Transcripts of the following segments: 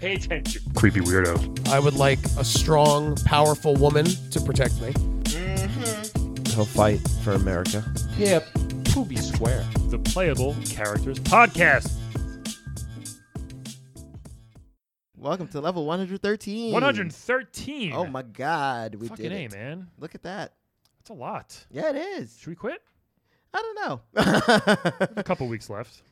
Pay attention. Creepy weirdo. I would like a strong, powerful woman to protect me. He'll fight for America. Yeah, Poopy Square. The Playable Characters Podcast. Welcome to level 113. 113. Oh my God, we Fucking did A, it. man. Look at that. That's a lot. Yeah, it is. Should we quit? I don't know. A couple weeks left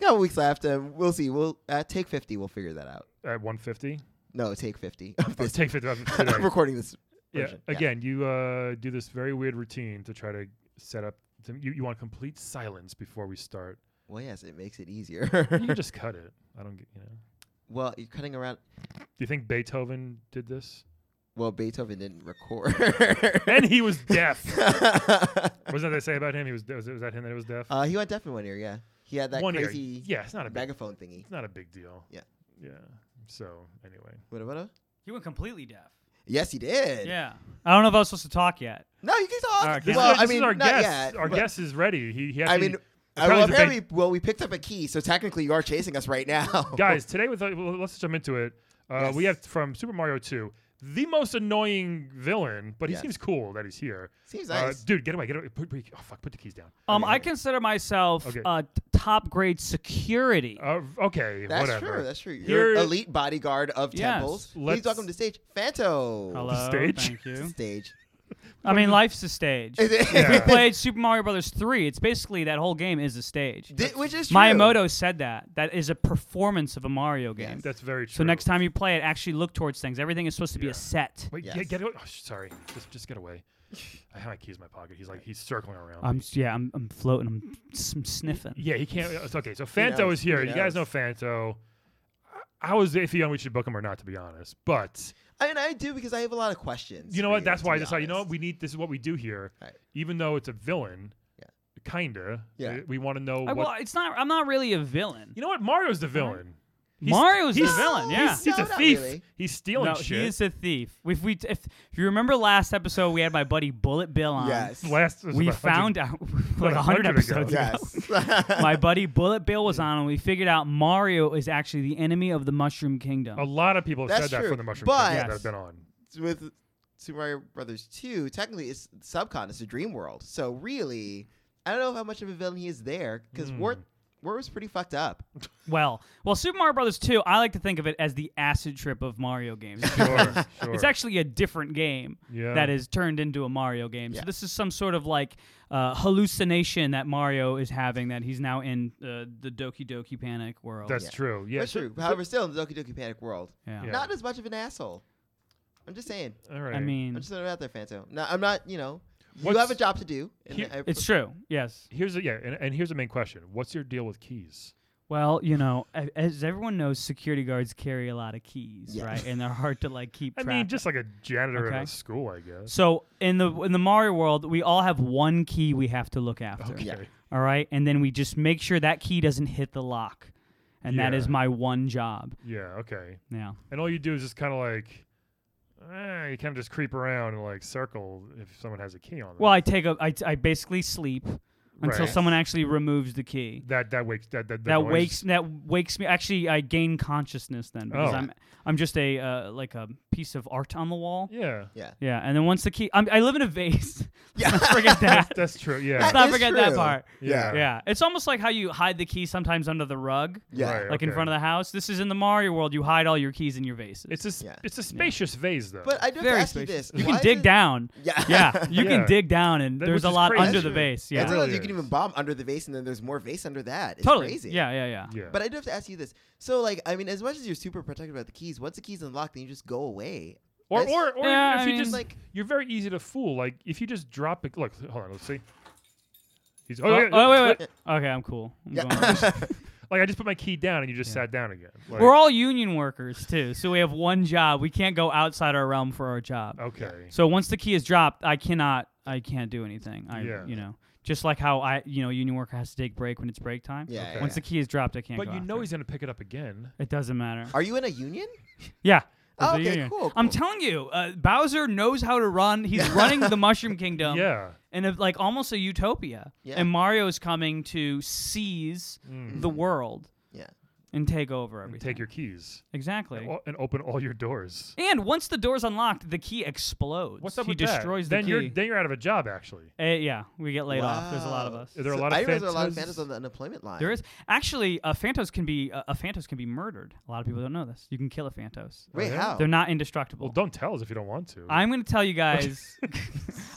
Got weeks left, and we'll see. We'll uh, take 50. We'll figure that out. at 150. No, take 50 of Let's this. take 50 I'm today. recording this. yeah. version. Again, you uh, do this very weird routine to try to set up. To, you, you want complete silence before we start. Well, yes, it makes it easier. You can just cut it. I don't get, you know. Do well, you're cutting around. you think Beethoven did this? Well, Beethoven didn't record. And he was deaf. Wasn't that they say about him? He was, was, was that him that was deaf? uh, he went deaf in one ear. Yeah, he had that One ear. crazy Yeah, it's not a big megaphone thingy. It's not a big deal. Yeah. Yeah. So anyway, What about a? He went completely deaf. Yes, he did. Yeah. I don't know if I was supposed to talk yet. No, you can talk. All right, this, This well, is, I mean, our not guest. yet. our but- guest is ready. He, he I actually, mean, oh, probably I, well, is a big- apparently, well, we picked up a key, so technically, you are chasing us right now, guys, today with uh, well, let's jump into it. Uh, We have oh. Yes. from Super Mario Two the most annoying villain, but he Yes. seems cool that he's here. Seems Uh, nice. dude, get away! Get away! Put, put, oh fuck! Put the keys down. Um, Okay. I consider myself Okay. uh, t- top grade security. Uh, okay, that's whatever. true. That's true. You're Here- elite bodyguard of Yes. temples. Let's- Please welcome to stage, Fanto. Hello. stage. Thank you. Stage. I mean, life's a stage. Is it- Yeah. We played Super Mario Brothers 3. It's basically that whole game is a stage. Di- which is true. Miyamoto said that. That is a performance of a Mario game. That's very true. So next time you play it, actually look towards things. Everything is supposed to be Yeah. a set. wait, Yes. get, get away! Oh, sh- sorry, just just get away. I have my keys in my pocket. He's like he's circling around. I'm s- yeah, I'm, I'm floating. I'm, s- I'm sniffing. Yeah, he can't. It's okay. So Fanto knows? is here. Who You guys know knows? Fanto. I, I was iffy on we should book him or not, to be honest. But I mean, I do because I have a lot of questions. you know for what? That's to why I be decided. You know what? honest. We need. This is what we do here. Right. Even though it's a villain, Yeah. kinda. Yeah. We, want to know I, what. well, it's not. I'm not really a villain. you know what? Mario's the villain. He's- Mario's the he's- villain. Yeah. He's, he's No, a not thief. really. He's stealing no, shit. he is a thief. If we if, if you remember last episode, we had my buddy Bullet Bill on. Yes. Last was We about 100 found out a like 100 hundred ago. episodes ago. Yes. My buddy Bullet Bill was on, and we figured out Mario is actually the enemy of the Mushroom Kingdom. A lot of people have said That's that true, from the Mushroom but- Kingdom that Yes. have been on. With Super Mario Brothers 2, technically, it's subcon. It's a dream world. So really, I don't know how much of a villain he is there because Hmm. Wart, Wart was pretty fucked up. Well, well, Super Mario Brothers 2, I like to think of it as the acid trip of Mario games. Sure, sure. It's actually a different game Yeah. that is turned into a Mario game. Yeah. So this is some sort of like uh, hallucination that Mario is having that he's now in uh, the Doki Doki Panic world. That's Yeah. true. Yeah. That's so- true. However, still in the Doki Doki Panic world, yeah. Yeah. not as much of an asshole. I'm just saying. All right. I I'm mean, just throwing it out there, Fanto. No, I'm not. You know, you What's- have a job to do. and Here- I- it's true. Yes. here's a, yeah, and, and here's the main question. What's your deal with keys? Well, you know, a- as everyone knows, security guards carry a lot of keys, Yeah. right? And they're hard to like keep I track. mean, of. just like a janitor in Okay. a school, I guess. so in the in the Mario world, we all have one key we have to look after. Okay. Yeah. All right, and then we just make sure that key doesn't hit the lock, and that is Yeah. my one job. Yeah, okay. Yeah. And all you do is just kind of like, eh, you kind of just creep around and like circle if someone has a key on them. Well, I take a, I, I basically sleep until Right. someone actually removes the key. that that wakes that that, the that noise- wakes that wakes me. Actually, I gain consciousness then because Oh. I'm I'm just a uh, like a piece of art on the wall. Yeah, yeah. Yeah, and then once the key, I'm, I live in a vase. Yeah. Forget that. that's true. Let's Yeah, That not is forget that true. part. Yeah. Yeah, it's almost like how you hide the key sometimes under the rug, Yeah. Right. like in okay. front of the house. This is in the Mario world. You hide all your keys in your vases. it's a s- Yeah. it's a spacious vase though. But I do have to Very ask you spacious. this. You Why can is dig it- down. Yeah. Yeah, you Yeah. can dig down, and That- which there's a is lot crazy. under the That's true. vase. Yeah, It's It like really you can is. even bomb under the vase, and then there's more vase under that. It's totally. crazy. Yeah, yeah, yeah. yeah, But I do have to ask you this. So, like, I mean, as much as you're super protective about the keys, once the keys unlocked, then you just go away. or I s- or or Yeah, if I you mean- just Like- you're very easy to fool. Like if you just drop it. Look, hold on, let's see. He's oh, Oh, yeah, oh, wait, wait. Okay, I'm cool. I'm Yeah. going. Like I just put my key down and you just sat down again. Like, We're all union workers too, so we have one job. We can't go outside our realm for our job. okay. So once the key is dropped, I cannot. I can't do anything. I, Yeah. you know, just like how I, you know, union worker has to take break when it's break time. Yeah, Okay. yeah, Once yeah. the key is dropped, I can't. But go you know after he's gonna pick it up again. It It doesn't matter. Are you in a union? Yeah. Oh, it's a okay, union. cool, I'm cool. telling you, uh, Bowser knows how to run. He's running the Mushroom Kingdom. yeah. and of like almost a utopia. Yeah. And Mario's coming to seize the world. Yeah. and take over Mm. and everything. take your keys exactly. and, o- and open all your doors. And once the door's unlocked, the key explodes. What's up he with destroys that? the then you're key. then you're out of a job. Actually, Eh, yeah, we get laid off. There's a lot of Wow. us. Is there a So lot of I didn't realize there are a lot of Fantas? Fantas on the unemployment line. There is actually a Phantos can be a, a Phantos can be murdered. A lot of people don't know this. You can kill a Phantos. Wait, yeah? how? They're not indestructible. Oh. well, don't tell us if you don't want to. I'm gonna tell you guys.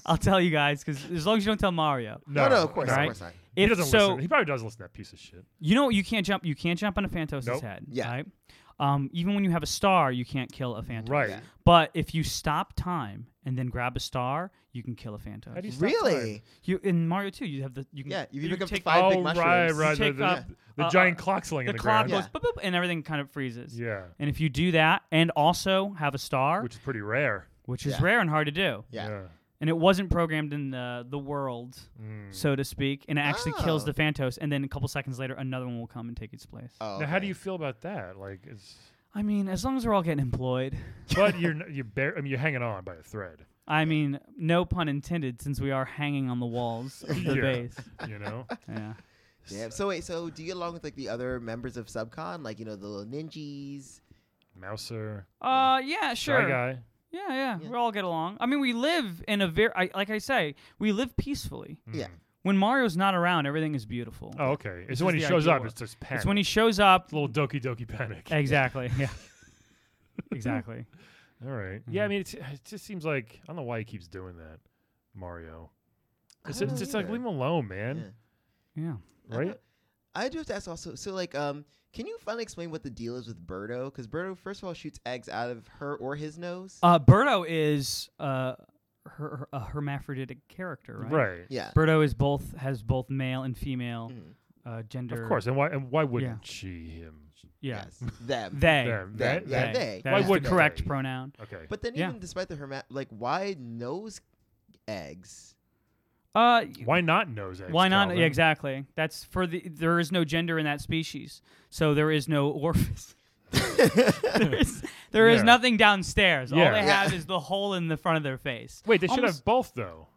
I'll tell you guys because as long as you don't tell Mario. no, no, of course, Right? of course not. He If- doesn't so listen. He probably does listen to that piece of shit. you know you can't jump. You can't jump on a Phantos' Nope. head. Yeah. Right? Um, even when you have a star, you can't kill a Phantos. Right. Yeah. But if you stop time and then grab a star, you can kill a Phantos. How do you stop time? Really? You in Mario 2, you have the you can Yeah, you you pick up the take five big oh, mushrooms. right, right. The, take the, up, the uh, giant uh, clock slinging the in the clock ground. Yeah. goes boop, boop, and everything kind of freezes. Yeah. And if you do that and also have a star, which, which is pretty rare. is Yeah. rare and hard to do, Yeah. and it wasn't programmed in the the world, Mm. so to speak, and it actually kills Oh. the Phantos, and then a couple seconds later, another one will come and take its place. Oh, Now, how do okay. you feel about that? Like, it's I mean, as long as we're all getting employed. but you're n- you're bare, I mean, you're hanging on by a thread. I mean, no pun intended, since we are hanging on the walls of the Yeah. base. You know. Yeah. Damn. So wait, so do you get along with like the other members of Subcon, like you know the little ninjas? Mouser, Uh, yeah, sure. shy guy. Yeah, yeah, Yeah. we all get along. I mean, we live in a very, I, like I say, we live peacefully. Yeah. Mm. When Mario's not around, everything is beautiful. Oh, okay. It's is when he the shows ideal up. one. It's just panic. it's when he shows up. little doki doki panic. Exactly. Yeah. exactly. All right. Mm. Yeah, I mean, it's, it just seems like I don't know why he keeps doing that, Mario. I It's, don't it's know just like either. leave him alone, man. Yeah. Yeah. Right? I do have to ask also. So like, um, can you finally explain what the deal is with Birdo? Because Birdo, first of all, shoots eggs out of her or his nose. Uh, Birdo is uh, her, a hermaphroditic character, right? Right. yeah. Birdo is both has both male and female Mhm. uh, gender. Of course. And why? And why wouldn't she him? Yeah. Yes. Them. They. Them. They. That- Yeah. They. They. That Why is the wouldn't correct they? pronoun. Okay. But then Yeah. even despite the hermat, like why nose eggs? Uh, why not nose eggs? Why not? Calvin? Yeah, exactly. That's for the. There is no gender in that species, so there is no orifice. there is, there is Yeah. nothing downstairs. All Yeah. they Yeah. have is the hole in the front of their face. Wait, they should Almost- have both though.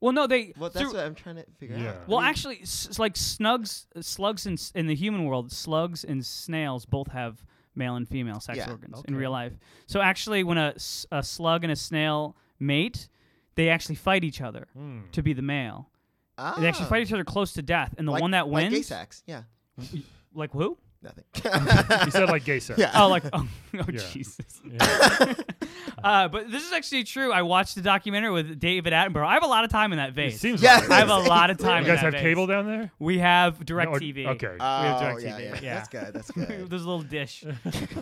Well, no, they. Well, that's through- what I'm trying to figure Yeah. out. well, I mean, actually, s- s- like snugs, uh, slugs in s- in the human world, slugs and snails both have male and female sex Yeah. organs Okay. in real life. So actually, when a, s- a slug and a snail mate, they actually fight each other Hmm. to be the male. They actually ah, fight each other close to death, and the like- one that like gay wins, sex. Yeah. like who? Nothing. He said like gay sex. yeah. oh, like oh, oh Yeah. Jesus. Yeah. Uh, but this is actually true. I watched the documentary with David Attenborough. I have a lot of time in that It vase. seems Yeah. like I have it. a lot of Exactly. time. You in guys that have vase. cable down there? We have No, Direct or- TV. Okay. Oh, DirecTV, yeah, yeah, yeah. That's good. That's There's a good. little dish.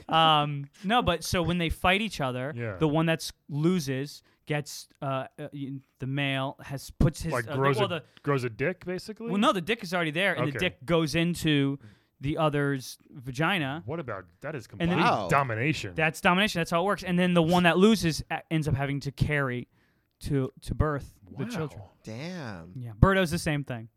um, no, but so when they fight each other, Yeah. the one that's loses gets uh, uh, y- the male has puts his Like uh, the- grows well, a the, grows a dick basically. well no the dick is already there and Okay. the dick goes into the other's vagina. What about that? Is then- complete Wow. domination. That's domination. That's how it works. And then the one that loses uh, ends up having to carry to to birth wow. the children. Damn. Yeah, Birdo's the same thing.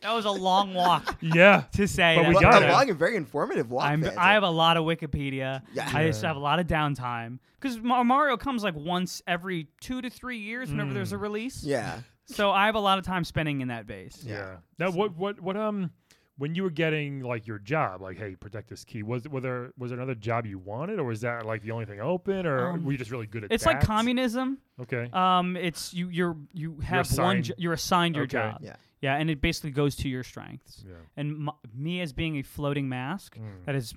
that was a long walk Yeah. to say. But we that. Well, got a it. long and very informative walk. I'm, Vance. I have a lot of Wikipedia. Yeah. I just have a lot of downtime because Mario comes like once every two to three years whenever there's Mm. a release. Yeah. So I have a lot of time spending in that base. Yeah. Now, what, what, what, um, when you were getting like your job, like, hey, protect this key, was was there was there another job you wanted, or was that like the only thing open, or Um, were you just really good at? It's like that? communism. Okay. Um, it's you. You're you have one. assigned- Jo- you're assigned your Okay. job. Yeah. Yeah, and it basically goes to your strengths. yeah. and m me as being a floating mask that is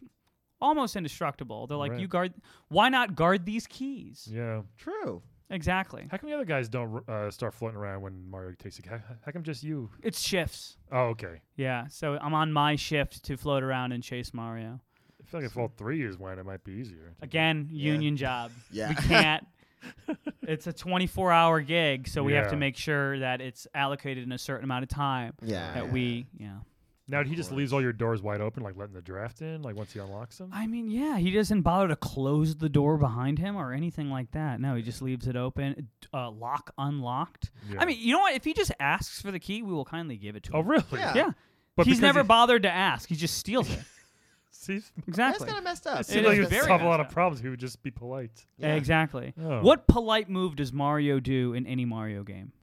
almost indestructible. They're like, Mm. Right. you guard. Why not guard these keys? Yeah. True. Exactly. How come the other guys don't uh, start floating around when Mario takes a? How, how come just you? It's shifts. Oh, okay. Yeah. So I'm on my shift to float around and chase Mario. I feel like if all three is when it might be easier. Again, Yeah. union job. Yeah. We can't. it's a 24 hour gig, so we have to Yeah. make sure that it's allocated in a certain amount of time Yeah. that we, yeah. Now he just leaves all your doors wide open, like letting the draft in, like once he unlocks them. I mean, yeah, he doesn't bother to close the door behind him or anything like that. No, he just leaves it open, uh, lock unlocked. Yeah. I mean, you know what? If he just asks for the key, we will kindly give it to Oh, him. really? Yeah. Yeah, But he's because never he- bothered to ask. He just steals it. Seems, That's Exactly. kind of messed up. it seems is like he would very solve a lot of messed up. problems. if He would just be polite. Yeah. Exactly. Oh. What polite move does Mario do in any Mario game?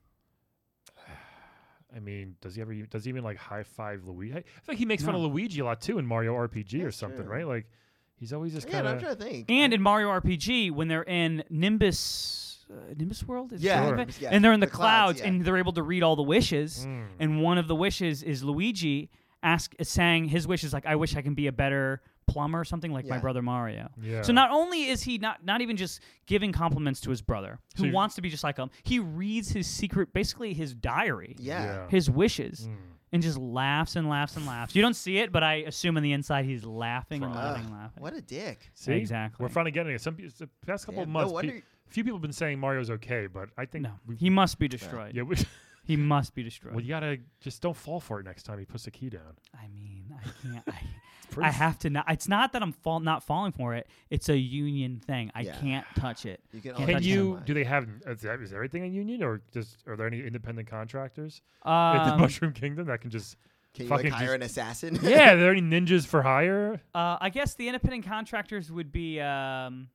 I mean, does he ever? e- Does he even like high five Luigi? I feel like he makes fun of Luigi a lot too in Mario RPG or That's something, true. right? Like, he's always just Yeah, kind and I'm of. trying to think. And in Mario RPG, when they're in Nimbus, uh, Nimbus World, is Yeah, that Sure. right? Nimbus, yeah. and they're in the, The clouds, clouds, yeah. and they're able to read all the wishes. Mm. And one of the wishes is Luigi ask saying his wish is like, "I wish I can be a better plumber," or something like my Yeah. brother Mario. Yeah. So not only is he not not even just giving compliments to his brother, So who you- wants to be just like him, he reads his secret, basically his diary, yeah. his wishes, Mm. and just laughs and laughs and laughs. You don't see it, but I assume on the inside he's laughing and Ugh, laughing and laughing. What a dick. See? Exactly. We're finally getting it. Some pe- the past couple of Damn, no months, pe- wonder- few people have been saying Mario's okay, but I think No, we, he must be destroyed. yeah, we, He must be destroyed. well, you gotta just don't fall for it next time he puts the key down. I mean, I can't. I, It's pretty I have to. Not, it's not that I'm fall, not falling for it. It's a union thing. I Yeah. can't touch it. You can Can't only Can touch do so you? much. Do they have? Is, that, is everything a union, or just are there any independent contractors at the Um, Mushroom Kingdom that can just? Can you like fucking hire just- an assassin? Yeah, are there any ninjas for hire? uh, I guess the independent contractors would be. Um,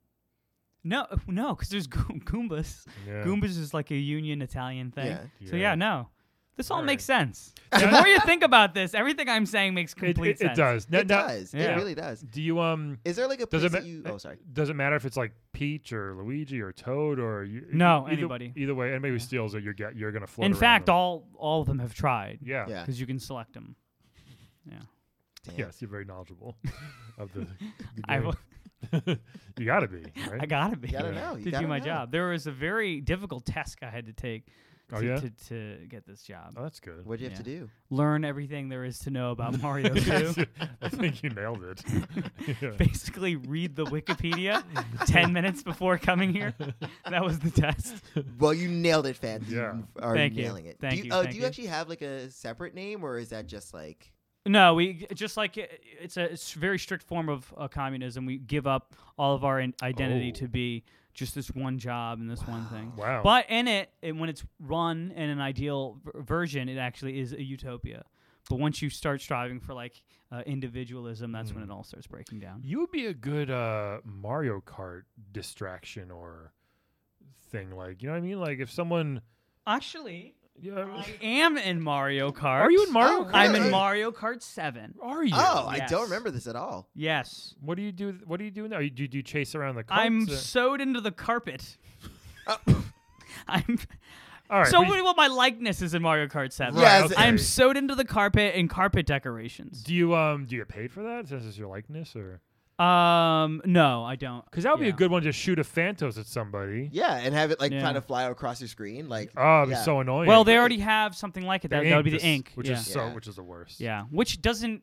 no, no, because there's Goom- Goombas. Yeah. Goombas is like a union Italian thing. Yeah. So Yeah. yeah, no. This all All makes sense. The more you think about this, everything I'm saying makes It, complete it, sense. it does. No- it no- does. yeah. It really does. Do you um? Is there like a place Does it? that ma- you? Oh, sorry. Does it matter if it's like Peach or Luigi or Toad or you, No, either- anybody. Either way, anybody who steals it, you're get, you're gonna float. In around fact, them. all all of them have tried. yeah, Yeah. Because you can select them. Yeah. Damn. yes, you're very knowledgeable of the. the I game. will- you gotta be right. I gotta be. You gotta Yeah. know. You to gotta do my know. job. There was a very difficult task I had to take Oh, to, yeah? to, to get this job. oh, that's good. What do you have to Yeah. do? Learn everything there is to know about Mario 2. I think you nailed it. Yeah. Basically, read the Wikipedia 10 minutes before coming here. That was the test. Well, you nailed it, Fancy. Yeah. You are Thank you. nailing it. Thank do you, you, oh, thank do you you. actually have like a separate name, or is that just like? No, we just like it, it's a it's a very strict form of uh, communism. We give up all of our in- identity Oh. to be just this one job and this one thing. Wow. But in it, and when it's run in an ideal v- version, it actually is a utopia. But once you start striving for like uh, individualism, that's Mm. when it all starts breaking down. you would be a good uh, Mario Kart distraction or thing, like you know what I mean? Like if someone, Actually, yeah, I am in Mario Kart. are you in Mario? Oh, Kart? I'm in Really? Mario Kart Seven. Are you? Oh, I Yes. don't remember this at all. Yes, What do you do? What do you do now? You- Do, do you chase around the? Carts I'm or- sewed into the carpet. I'm. all right. so but you- what, what my likeness is in Mario Kart 7. Yeah, Right, okay. I'm sewed into the carpet and carpet decorations. do you um do you get paid for that since it's your likeness or? Um, no, I don't. Because that would be Yeah. a good one to shoot a Phantos at somebody. Yeah, and have it like Yeah. trying to fly across your screen, like. Oh, it'd be yeah. so annoying. Well, they already have something like it. The That, that would be the just- ink. which yeah. is so, Yeah. which is the worst. yeah, which doesn't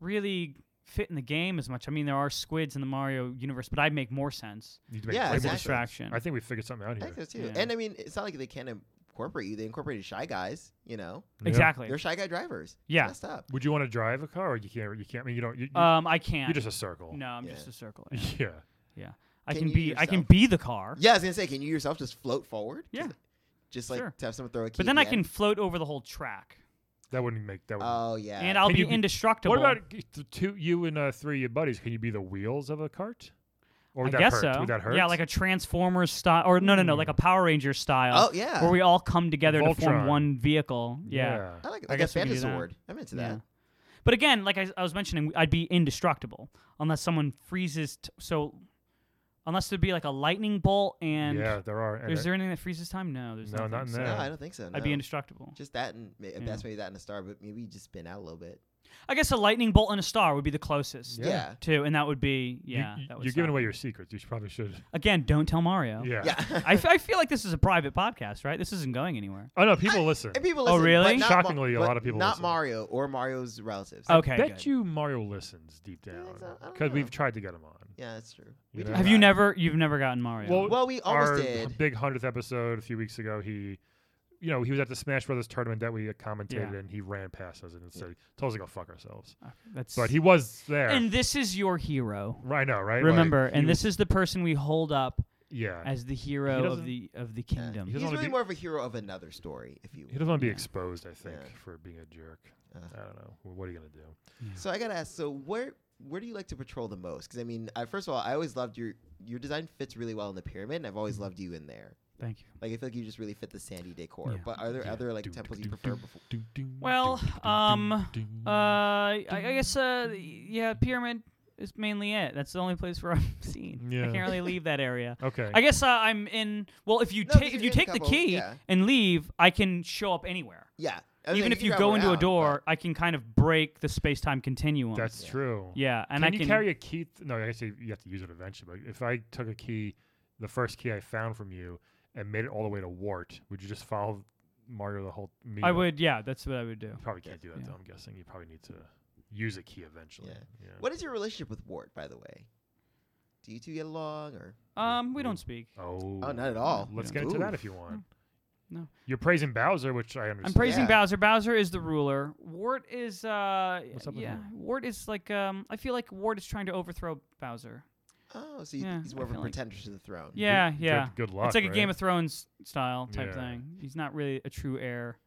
really fit in the game as much. I mean, there are squids in the Mario universe, but I'd make more sense You'd make Yeah, way more as a exactly. distraction. distraction. I think we figured something out I here. think so too. Yeah. And I mean, it's not like they can't incorporate you. They incorporated shy guys. You know, Yeah. exactly. they're shy guy drivers. It's Yeah. messed up. Would you want to drive a car, or you can't? You can't. I mean, you don't. You, you, Um, I can't. you're just a circle. no, I'm Yeah. just a circle. Yeah. Yeah. I Can can you be. I can yourself- be the car. Yeah, I was gonna say, can you yourself just float forward? Yeah, Just like sure. to have someone throw a key. but then at I the can end? float over the whole track, That wouldn't make. That would. Oh yeah. and I'll Can be you be- indestructible. what about g- the two? You and uh, three of your buddies. Can you be the wheels of a cart? Or would that I guess hurt? so. Would that hurt? Yeah, like a Transformers style, or no, no, no, like a Power Ranger Hmm. style. Oh yeah. where we all come together to Voltron. form one vehicle. Yeah. I like like I a guess we could do that. Phantasword. I'm into Yeah. that. But again, like I, I was mentioning, I'd be indestructible unless someone freezes. T- so, unless there'd be like a lightning bolt Yeah, and there are. and is it- there anything that freezes time? No, there's No, nothing. not in So there. No, Yeah. I don't think so. Uh, I'd be no. indestructible. Just that, and ma- if Yeah. that's maybe that and a star, but maybe you just spin out a little bit. I guess a lightning bolt and a star would be the closest. Yeah. Yeah. Too, and that would be you- yeah. you, that are would giving stop. away your secrets. You should, probably should. again. Don't tell Mario. Yeah. Yeah. I, f- I feel like this is a private podcast, right? This isn't going anywhere. Oh no, people listen. and people Oh, listen. but really? not Ma- Shockingly, a but lot of people Not listen. Mario or Mario's relatives. Okay. Bet good. you Mario listens deep think down so? I don't because we've know. tried to get him on. Yeah, that's true. You do know? Have you that. never? You've never gotten Mario. Well, Well, we almost Our did. big hundredth episode a few weeks ago, he, you know, he was at the Smash Brothers tournament that we commentated, Yeah. and he ran past us and said, "Told us to go fuck ourselves." that's But he was there. and this is your hero. right now, right? Remember, Like, he and was- this is the person we hold up yeah. as the hero doesn't- of the of the Yeah. kingdom. doesn't He's wanna really be- more of a hero of another story, if you. he doesn't want to be Yeah. exposed, I think, Yeah. for being a jerk. Uh. I don't know. Well, what are you gonna do? So I gotta ask. So where where do you like to patrol the most? Because I mean, I, first of all, I always loved your your design fits really well in the pyramid, and I've always loved you in there. Thank you. Like I feel like you just really fit the sandy decor. Yeah. But are there Yeah. other like Doo, temples doo, you doo, prefer doo, before? doo, doo, Well, doo, doo, doo, um, doo. Uh, I, I guess uh, yeah, pyramid is mainly it. That's the only place where I'm seen. I Yeah. can't really leave that area. okay. I guess uh, I'm in. Well, if you No, take you're if you in a take the couple, key yeah. and leave, I can show up anywhere. Yeah. I was Even saying if you can go travel into a around, door, I can kind of break the space time continuum. That's true. yeah, and can I you can carry a key? Th- no, I guess you you have to use it eventually. But if I took a key, the first key I found from you, and made it all the way to Wart, would you just follow Mario the whole? Meal? I would. Yeah, that's what I would do. You probably can't do that. Yeah. though, I'm guessing you probably need to use a key eventually. Yeah. Yeah. What is your relationship with Ward, by the way? Do you two get along, or Um, we Ooh. don't speak. Oh, oh, not at all? Let's Yeah. get into that Oof. if you want. No. You're praising Bowser, which I understand. I'm praising Yeah. Bowser. Bowser is the ruler. Wart is uh What's up with yeah. Wart? Wart is like um I feel like Wart is trying to overthrow Bowser. Oh, so you, Yeah, he's I more of a feel like- pretender to the throne. Yeah, Good- yeah. Good, good luck. it's like a right? Game of Thrones style type Yeah. thing. He's not really a true heir.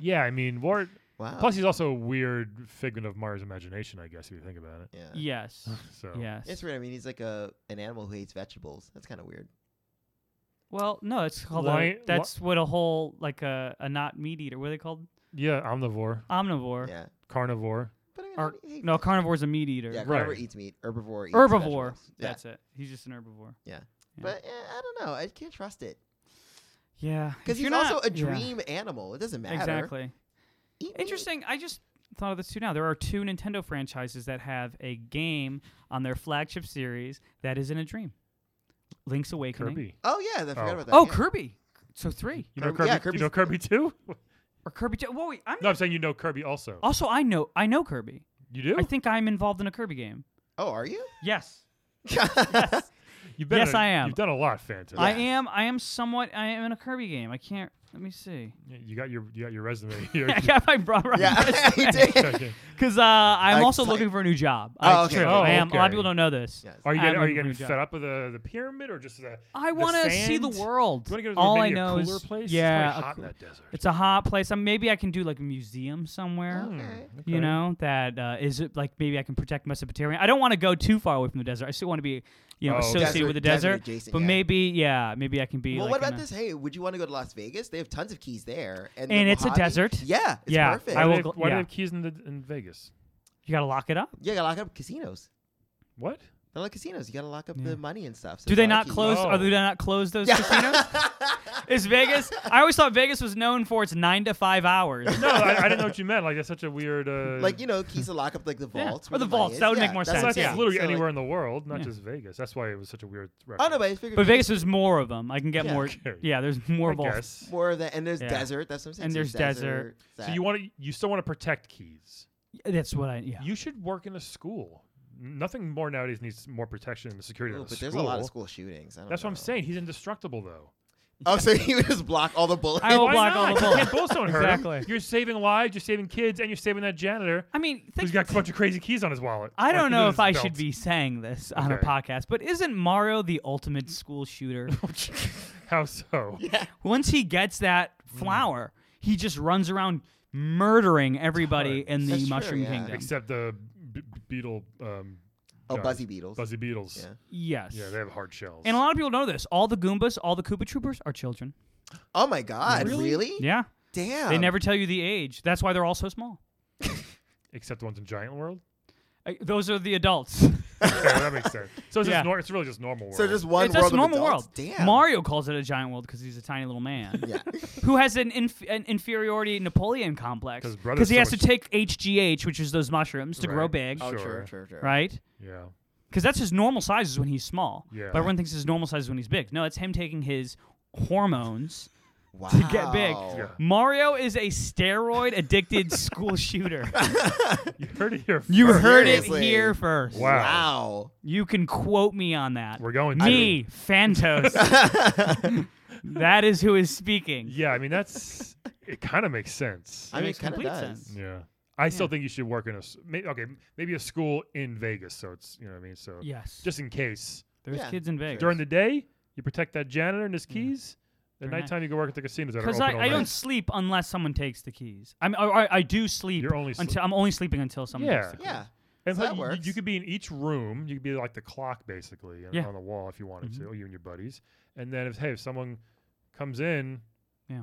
Yeah, I mean Wart. wow. Plus, he's also a weird figment of Mario's imagination, I guess, if you think about it. yeah. Yes. So yes. It's weird. I mean, he's like a an animal who hates vegetables. That's kind of weird. Well, no, it's called a- Lion- li- that's what a whole like a, a not meat eater. What are they called? yeah, omnivore, Omnivore. Yeah. carnivore. But I mean, Or- he- he- No, carnivore's a meat eater. yeah, right. carnivore eats meat. Herbivore. Eats Herbivore. vegetables. Yeah. That's it. He's just an herbivore. yeah. But eh, I don't know. I can't trust it Yeah. because If he's you're not- also a yeah. dream animal. It doesn't matter. Exactly. Eat meat. Interesting. I just thought of this too now. There are two Nintendo franchises that have a game on their flagship series that isn't a dream. Link's Awakening. Kirby. Oh yeah, I forgot Oh. about that. Oh, yeah. Kirby. So three You know Kirby- Kirby. yeah, you know Kirby too. or Kirby. Two. Whoa, wait. I'm no, I'm saying you know Kirby also. also I know I know Kirby. You do. Oh, I think I'm involved in a Kirby game. Oh, are you? Yes. You've been Yes, in a- I am. You've done a lot, Phantom. I am. I am somewhat. I am in a Kirby game. I can't. Let me see. You got your you got your resume here. I got my bra right. yeah, he did. Okay. Because uh, I'm Like, also it's looking like- for a new job. Oh, I, it's okay. true. Oh, I am. A lot okay. of people don't know this. Yes. Are you I getting, are you haven't getting moved fed up with the, the pyramid or just the? I want to see the sand? world. You want to go to All maybe I a know cooler is place? yeah, it's probably a hot in coo- that desert. It's a hot place. Um, maybe I can do like a museum somewhere. Hmm, okay. You okay. know that uh, is it like maybe I can protect Mesopotamia. I don't want to go too far away from the desert. I still want to be, you know, Oh, okay. associated with the desert. adjacent, but yeah. maybe, yeah, maybe I can be. Well, like, what in about a- this? Hey, would you want to go to Las Vegas? They have tons of keys there, and, the And it's a Mojave- desert? Yeah, it's Yeah, perfect. I Why do will they have- go- Why do yeah. they have keys in the in Vegas? You gotta lock it up. Yeah, you gotta lock up casinos. What? They're like casinos. You gotta lock up Yeah. the money and stuff. So Do they there's a lot not of keys. close? Are Oh. they not close those casinos? Is Vegas? I always thought Vegas was known for its nine to five hours. No, I, I didn't know what you meant. Like that's such a weird. Uh, Like you know, keys to lock up like the Yeah. vaults. Or where the money vaults, is. that would Yeah, make more that's that's sense, what I'm yeah. saying. literally So, like- anywhere in the world, not Yeah. just Vegas. That's why it was such a weird. oh Reference. no, but I figured But there's Vegas is more of them. I can get Yeah. more. Okay. Yeah, there's more I vaults. guess. more of that, and there's Yeah. desert. That's what I'm saying. And So there's desert. So you want to? You still want to protect keys? That's what I. Yeah. You should work in a school. Nothing more nowadays needs more protection and security Ooh, than but a there's a lot of school shootings. I don't That's what I'm know. saying. He's indestructible though. Oh, so you would just block all the bullets? I will Why block not? all Oh, the You bullets. can't bullets don't hurt 'em. Exactly. You're saving lives. You're saving kids, and you're saving that janitor I mean, think, who's got a bunch of crazy keys on his wallet. I Like, don't in know his if I belt. should be saying this on a Okay. podcast, but isn't Mario the ultimate school shooter? How so? Once he gets that Mm. flower, he just runs around murdering everybody in the That's true, Mushroom yeah. Kingdom. Except the b- b- beetle, um, Oh, uh, buzzy beetles. buzzy beetles. Yeah. yes. Yeah, they have hard shells. and a lot of people know this. All the Goombas, all the Koopa Troopers are children. Oh my God! Really? Yeah. Damn. They never tell you the age. That's why they're all so small. Except the ones in Giant World. I- those are the adults. Okay, well, that makes sense. So it's, Yeah. just nor- it's really just normal world. So just one it's world. just of normal adults? world. Damn. Mario calls it a giant world because he's a tiny little man Yeah. who has an, inf- an inferiority Napoleon complex 'Cause brother's because he so has to much- take HGH, which is those mushrooms, to grow Right. big, Oh, sure, Sure. sure, sure. right? yeah. Because that's his normal size is when he's small. Yeah. But everyone thinks his normal size is when he's big. No, it's him taking his hormones. Wow. to get big. Yeah. Mario is a steroid addicted school shooter. You heard it here. You first. heard it Seriously. here first. Wow. Wow. You can quote me on that. We're going to. Me, Phantos. that is who is speaking. Yeah, I mean that's. it kind of makes sense. I mean, makes it kind of complete does. sense. Yeah. I still think you should work in a s- may, okay, m- maybe a school in Vegas. So it's you know what I mean. So Yes. just in case There's Yeah. kids in Vegas. during the day you protect that janitor and his keys. At During night- nighttime you go work at the casinos. Because because Mm-hmm. I, I don't sleep unless someone takes the keys. I'm, I, I, I do sleep. You're only until I'm only sleeping until someone Yeah. takes the keys. Yeah. And So like, that you- You, works. could be in each room. You could be like the clock, basically, and Yeah. Mm-hmm. on the wall if you wanted to, or you and your buddies. And then if hey, if someone comes in, Yeah.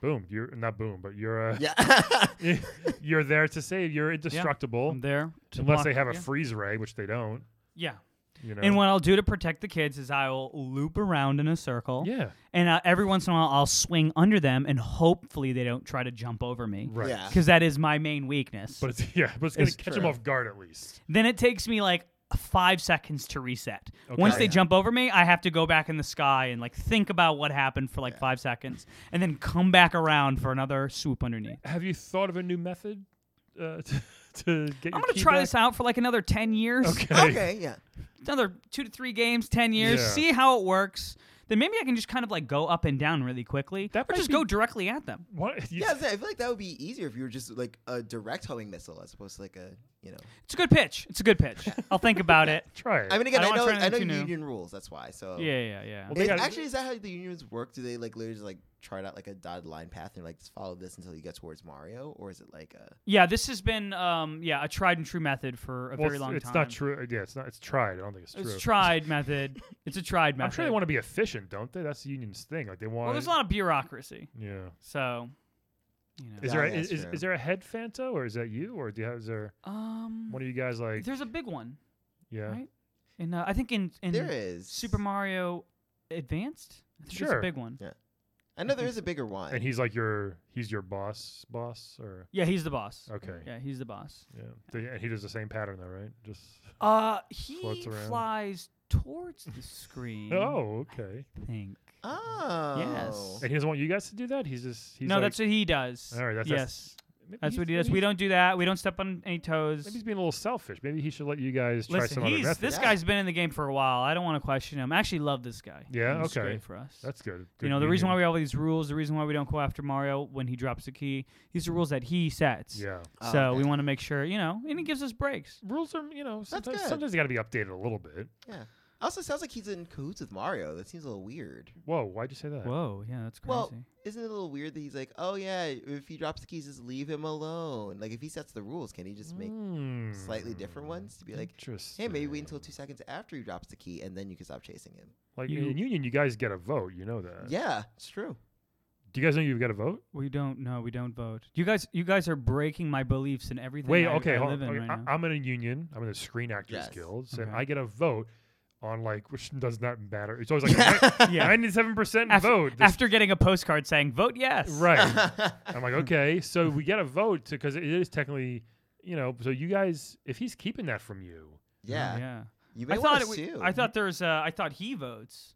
boom, you're not boom, but you're uh, Yeah. you're there to save. You're indestructible I'm there. to unless block- they have a yeah. freeze ray, which they don't. yeah. You know. And what I'll do to protect the kids is I will loop around in a circle. yeah. And uh, every once in a while, I'll swing under them, and hopefully they don't try to jump over me. Right. Yeah. Because that is my main weakness. But it's yeah, but it's gonna It's catch them true. off guard at least. then it takes me like five seconds to reset. Once Okay. they Yeah. jump over me, I have to go back in the sky and like think about what happened for like five seconds, and then come back around for another swoop underneath. Have you thought of a new method uh, to, to get? your I'm gonna key try back? this out for like another ten years. Okay. okay. Yeah. another two to three games, ten years, Yeah. see how it works. Then maybe I can just kind of like go up and down really quickly, That or might just be- go directly at them. What? You- Yeah, I was saying, I feel like that would be easier if you were just like a direct homing missile as opposed to like a you know. It's a good pitch. It's a good pitch. I'll think about it. Try it. I mean, again, I I, don't know wanna turn I it know into new. union rules. That's why. Oh. So Yeah, yeah, yeah. Well, Is- they gotta- actually, is that how the unions work? Do they like literally just like chart out like a dotted line path and like just follow this until you get towards Mario, or is it like a yeah, this has been um, yeah a tried and true method for a well, very it's- long it's time. not true. Yeah, it's not. It's tried. I don't think it's true. It's tried method. It's a tried method. I'm sure they want to be efficient, don't they? That's the union's thing. Like they want. Well, there's a lot of bureaucracy, Yeah. so you know. Is Yeah, there a, that's is, true. is there a head Fanto or is that you or do you have, is there um, one of you guys like there's a big one, yeah right? And uh, I think in in there is Super Mario Advanced, I think there's Sure. a big one. I know there is a bigger one. and he's like your he's your boss boss or Yeah, he's the boss. okay yeah, Yeah, he's the boss. They- and he does the same pattern though right just Uh, he Floats around. flies towards the screen. oh okay I think. oh Yes. and he doesn't want you guys to do that he's just he's no, like, that's what he does. All right, that's- yes, maybe that's he's- what he maybe does. We he's- don't do that. We don't step on any toes. maybe he's being a little selfish maybe he should let you guys try Listen, some other he's method this Yeah. guy's been in the game for a while. I don't want to question him. I actually love this guy. Yeah, He's okay. great for us. that's good, you know the reason why we have all these rules, the reason why we don't go after Mario when he drops the key. These are rules that he sets. yeah Oh, So okay. we want to make sure you know, and he gives us breaks. rules are you know sometimes good. sometimes they got to be updated a little bit Yeah. Also, sounds like he's in cahoots with Mario. That seems a little weird. whoa why'd you say that Whoa, yeah, that's crazy. Well, Isn't it a little weird that he's like, oh yeah, if he drops the keys, just leave him alone. Like if he sets the rules, can he just make slightly different Mm, ones to be like, interesting. hey, maybe wait until two seconds after he drops the key and then you can stop chasing him. Like You- in union, you guys get a vote. You know that. yeah, it's true. Mm, Do you guys know you've got a vote? we don't. No, we don't vote. You guys, you guys are breaking my beliefs and everything. Wait. I, okay. I hold live on. in okay, right now. I, am in a union. I'm in the Screen Actors Yes. Guild, so Okay. I get a vote on like, which does not matter. It's always like Yeah. ninety-seven percent After- vote. This- after getting a postcard saying vote yes. right. I'm like, okay, so we get a vote because it is technically, you know, so you guys, if he's keeping that from you, yeah. Yeah. You may I want thought to it. w- sue. I thought there's. Uh, I thought he votes.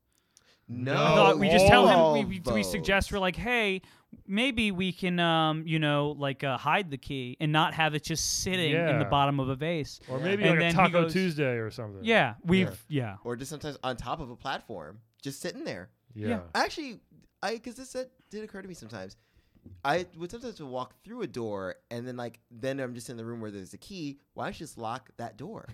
no. I I thought we just tell him. We, Oh, all we, we suggest we're votes. like, hey, maybe we can, um, you know, like uh, hide the key and not have it just sitting in the Yeah. bottom of a vase. or Yeah. maybe And like then a he Taco goes- Tuesday or something. Yeah, we've yeah. or just sometimes on top of a platform, just sitting there. Yeah. Yeah. Actually, I because this that did occur to me sometimes. I would sometimes walk through a door and then like then I'm just in the room where there's a key. Why don't you just lock that door?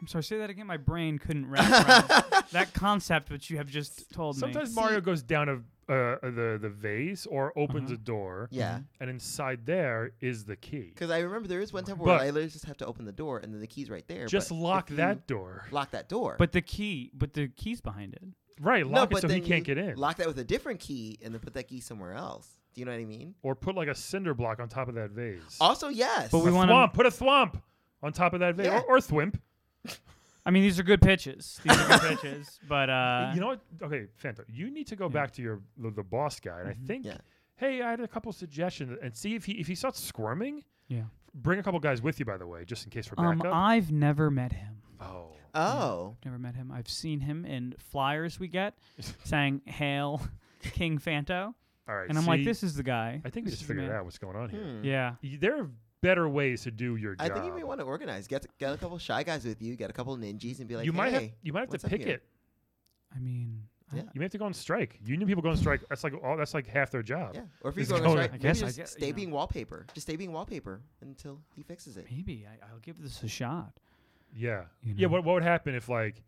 I'm sorry, say that again. My brain couldn't wrap around that concept which you have just told Sometimes me. Mario goes down a. Uh, the the vase or opens Uh-huh. a door Yeah, and inside there is the key because I remember there is one time where But- I literally just have to open the door and then the key's right there. just but lock if that you door Lock that door. But the key, but the key's behind it. right no, lock but it so then he can't you get in Lock that with a different key and then put that key somewhere else. Do you know what I mean? or put like a cinder block on top of that vase Also, yes. But we a want thwomp. Put a thwomp on top of that vase, Yeah. or, or thwimp. I mean, these are good pitches. These are good pitches, but uh, you know what? Okay, Fanta, you need to go yeah. Mm-hmm. back to your the, the boss guy, and I think, Yeah. hey, I had a couple suggestions, and see if he if he starts squirming. Yeah. Bring a couple guys with you, by the way, just in case for um, backup. I've never met him. oh, oh, Never met him. I've seen him in flyers we get saying "Hail King Fanto," all right. and I'm like, see, "This is the guy." I think we This just is the figured man. out what's going on here. hmm. Yeah, Y- There are better ways to do your I job. think you may want to organize. Get get a couple shy guys with you. Get a couple ninjas and be like, you might have "Hey." you might have what's to up pick here?" it. I mean, I- Yeah. You may have to go on strike. Union people go on strike. That's like all. That's like half their job. Yeah, or if he's It's going, going- right, I maybe guess, I just guess, stay you know. being wallpaper. Just stay being wallpaper until he fixes it. maybe I, I'll give this a shot. Yeah. You Yeah. know? What what would happen if like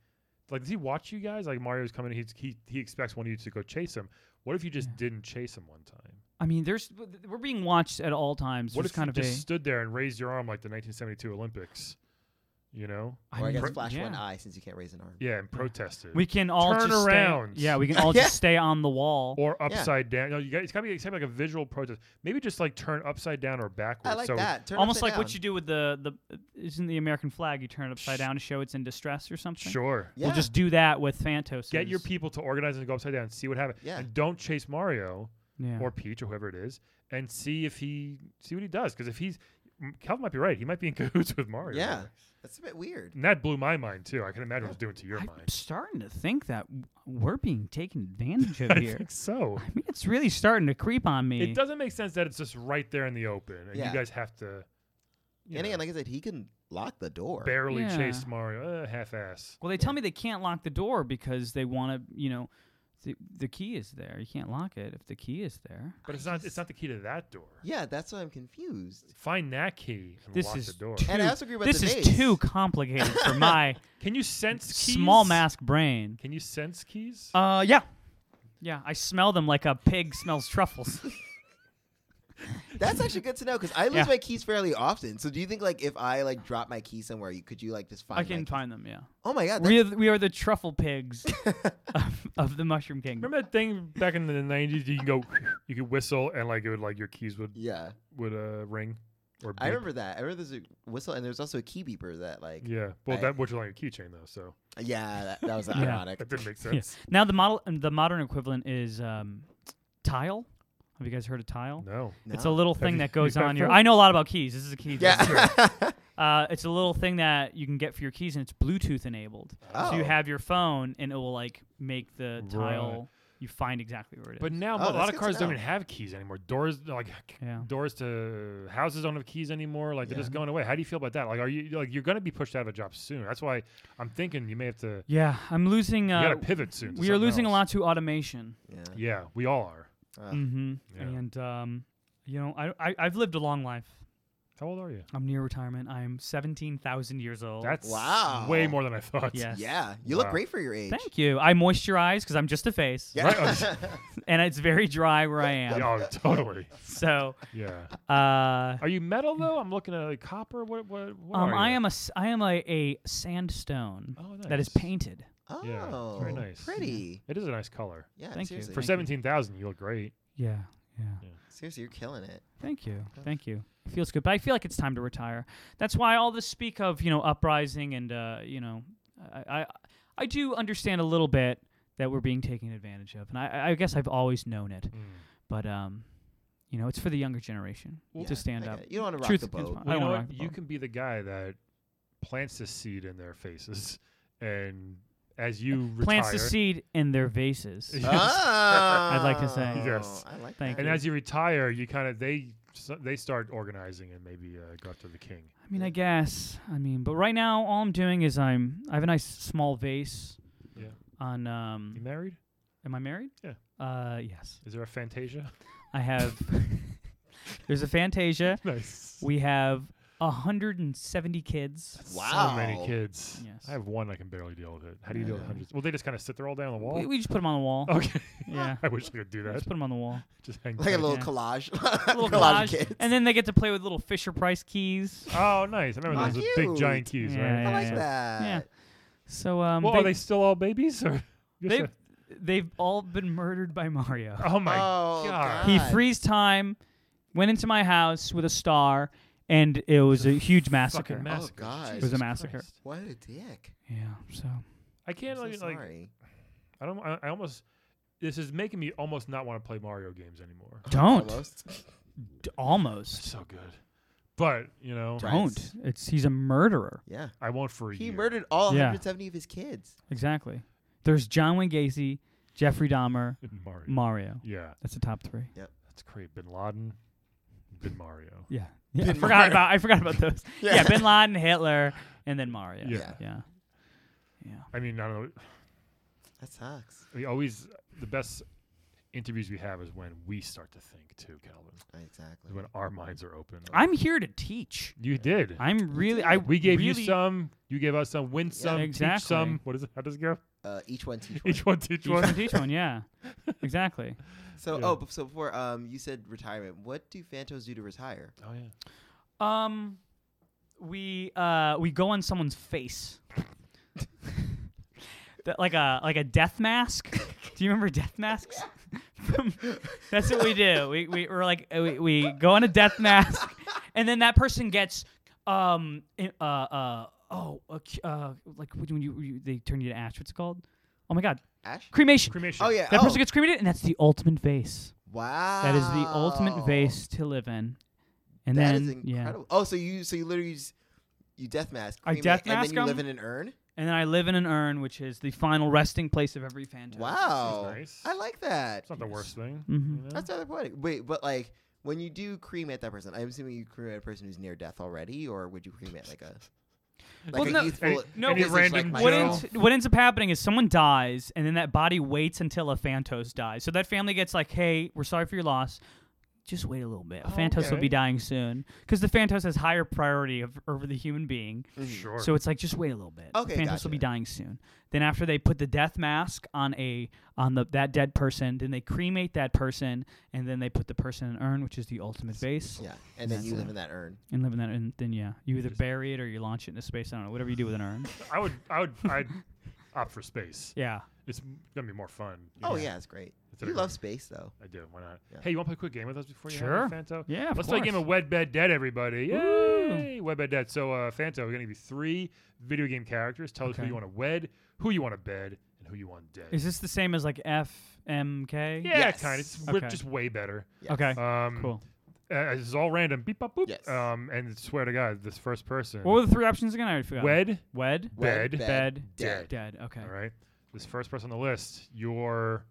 like does he watch you guys? Like Mario's coming, he's, he he expects one of you to go chase him. What if you just Yeah. didn't chase him one time? I mean, there's we're being watched at all times. What There's if kind you of just a stood there and raised your arm like the 1972 Olympics? You know? I or I mean, guess pro- flash one yeah. eye since you can't raise an arm. Yeah, and protested. We can all Turn just around. Stay, yeah, we can all Yeah. just stay on the wall. or upside down. No, you got, it's got to be it's gotta be like a visual protest. Maybe just like turn upside down or backwards. I like so that. Turn Almost upside like what down. you do with the the isn't the American flag? You turn it upside down to show it's in distress or something. Sure. Yeah. We'll just do that with Phantos. Get your people to organize and go upside down and see what happens. Yeah. And don't chase Mario Yeah. or Peach or whoever it is and see if he see what he does. Because if he's m- Calvin might be right. He might be in cahoots with Mario. Yeah. That's a bit weird. And that blew my mind too. I can imagine what's doing to your I'm mind. starting to think that w- we're being taken advantage of I here. think so. I mean, it's really starting to creep on me. It doesn't make sense that it's just right there in the open and Yeah. you guys have to you and know, again, like I said, he can lock the door. barely Yeah. chase Mario. Uh, half ass. Well, they tell me they can't lock the door because they want to, you know, the, the key is there. You can't lock it if the key is there. But it's not it's not the key to that door. yeah, that's why I'm confused. Find that key and This lock is the door. too- And I also agree about this the is vase. too complicated for my Can you sense keys? small mask brain. Can you sense keys? Uh, yeah, yeah. I smell them like a pig smells truffles. That's actually good to know because I lose Yeah. my keys fairly often. So do you think like if I like drop my key somewhere, you could you like just find? I my can key? find them. Yeah, Oh my god! we are, we are the truffle pigs of, of the Mushroom Kingdom. Remember that thing back in the nineties? You can go, you could whistle, and like it would like your keys would that- yeah, would uh, ring. Or beep. I remember that. I remember there's a whistle and there's also a key beeper that like yeah, Yeah, well, I- that which was on your keychain though, so that, that was Yeah. ironic. that didn't make Yeah. sense. Now the model, the modern equivalent is um, tile. Have you guys heard of tile? No, It's a No. little Have thing you- that goes you on your. found- I know a lot about keys. This is a key. yeah. Uh, it's a little thing that you can get for your keys, and it's Bluetooth enabled. So Oh. you have your phone, and it will like make the Right. tile. You find exactly where it is. but now Oh, a lot that's of good to cars don't know. even have keys anymore. Doors like Yeah. doors to houses don't have keys anymore. Like they're Yeah. just going away. How do you feel about that? Like, are you like you're going to be pushed out of a job soon? That's why I'm thinking you may have to. yeah, I'm losing. you got Uh, to pivot soon. to we are something losing a else. lot to automation. yeah. Yeah, we all are. Uh, Mm-hmm. Yeah. And um, you know, I, I I've lived a long life. How old are you? I'm near retirement. I'm seventeen thousand years old. That's Wow. way more than I thought. Yes. Yeah, you look Wow. great for your age. Thank you. I moisturize because I'm just a face, Yeah. Right, I was- and it's very dry where I am. Yeah, oh, totally. So, Yeah. uh, Are you metal though? I'm looking at like copper. What? What? what um, are I you? am a s- I am a, a sandstone Oh, that is nice. painted. oh, Yeah, it's very nice. Pretty. It is a nice color. Yeah. Mm-hmm. Thank you. seriously. For you. seventeen thousand, you look great. Yeah, yeah. Seriously, you're killing it. Thank you. Thank you. It feels good, but I feel like it's time to retire. That's why all this speak of you know uprising and uh, you know, I, I I do understand a little bit that we're being taken advantage of, and I, I guess I've always known it, Mm. but um, you know, it's for the younger generation Yeah, to stand I up. get it. You don't want to rock Truth the is boat. Well, fine. I you know don't what? wanna rock the You boat. can be the guy that plants the seed in their faces, and as you retire, Plants the seed in their vases. Yeah. I'd like to say. Yes. Oh! I like Thank that. and as you retire, you kind of they so- they start organizing and maybe uh, go after the king. I mean, I guess. I mean, but right now, all I'm doing is I'm. I have a nice small vase. Yeah. On You um. married? Am I married? Yeah. Uh, yes. Is there a Fantasia? I have. there's a Fantasia. nice. We have 170 kids. So many Wow. kids. Yes. I have one I can barely deal with it. How do you deal with Yeah. hundreds? Well, they just kind of sit there all day on the wall. We, we just put them on the wall. okay. Yeah. I wish I could do that. Just put them on the wall. Just hang. like a tight. little Yeah. collage. little collage, of collage, kids. and then they get to play with little Fisher Price keys. Oh, nice! I remember Aw, those with big giant Yeah, keys, yeah, right? I like yeah. that. Yeah. So um. Well, they, are they still all babies? Or You're They've, so- they've all been murdered by Mario. oh my oh, God. He God. freeze time, went into my house with a star, and it was a huge massacre. fucking massacre! God. It was a Oh, Jesus massacre. Christ. What a dick. yeah, so I can't I'm even so like. sorry. I don't. I, I almost. This is making me almost not want to play Mario games anymore. don't Almost. D- It's almost so good, but you know, Right. don't. It's he's a murderer. Yeah. I won't for a He year. murdered all Yeah. 170 of his kids. Exactly. There's John Wayne Gacy, Jeffrey Dahmer, Mario. Mario. yeah, That's the top three. that's great. Bin Laden, Bin Mario. Yeah. Yeah, I Bin forgot Mario. about I forgot about those. yeah. Yeah. Bin Laden, Hitler, and then Mario. Yeah. yeah, I mean, I don't know. That sucks. I mean, always the best interviews we have is when we start to think too, Calvin. Exactly. Is when our minds are open. I'm here to teach. You did. I'm really. I we gave really- you some. You gave us some. Win some. Teach exactly. some. What is it? How does it go? Uh, each one teach one. Each one teach Each one one. teach one. Yeah, exactly. So Yeah. oh, b- so before um, you said retirement. What do Phantos do to retire? Oh yeah. Um, we uh we go on someone's face, That- like a like a death mask. Do you remember death masks? From- that's what we do. We we we're like uh, we, we go on a death mask, and then that person gets um i- uh uh oh uh, c- uh like when you, you they turn you to ash. What's it called? Oh my god, Ash. cremation. Cremation. Oh yeah. That oh. person gets cremated, and that's the ultimate vase. Wow. That is the ultimate vase to live in. And That then is yeah. incredible. Oh, so you so you literally just, you death mask. I cremate, death and mask then you live 'em? in an urn. And then I live in an urn, which is the final resting place of every phantom. Wow. nice. I like that. It's not the worst thing. Mhm. you know? That's rather poetic. Wait, but like when you do cremate that person, I'm assuming you cremate a person who's near death already, or would you cremate like a like Well, a no, youthful no, any visage like random What Joe. myself? ends, what ends up happening is someone dies, and then that body waits until a Phantos dies. So that family gets like, hey, we're sorry for your loss. Just wait a little bit. A Phantos will okay. be dying soon. Because the Phantos has higher priority of, over the human being. Sure. So it's like, just wait a little bit. Okay, Phantos gotcha. will be dying soon. Then after they put the death mask on a on the that dead person, then they cremate that person, and then they put the person in an urn, which is the ultimate vase. Yeah, and then That's you live it. in that urn. and live in that, and then yeah, you either Just- bury it or you launch it into space. I don't know, whatever you do with an urn. I would. I would. I'd opt for space. yeah, It's gonna be more fun. you Oh know? yeah, it's great. It's You like- love space though. I do. Why not? Yeah. Hey, you want to play a quick game with us before you Sure. have Fanto? yeah. Of Let's play course. a game of Wed Bed Dead, everybody. Ooh. Yay! Wed Bed Dead. So, uh, Fanto, we're going to give you three video game characters. Tell us who Okay. you want to wed, who you want to bed, and who you want dead. Is this the same as like F M K? yeah, Yes. kind of. It's Okay. we're just way better. Yeah. Okay. Um, cool. Uh, this is all random. Beep, bop, boop. Yes. Um, and swear to God, this first person. What were the three options again? I already forgot. wed, Wed. Bed. Bed. dead. Dead. Okay. all right. This first person on the list, your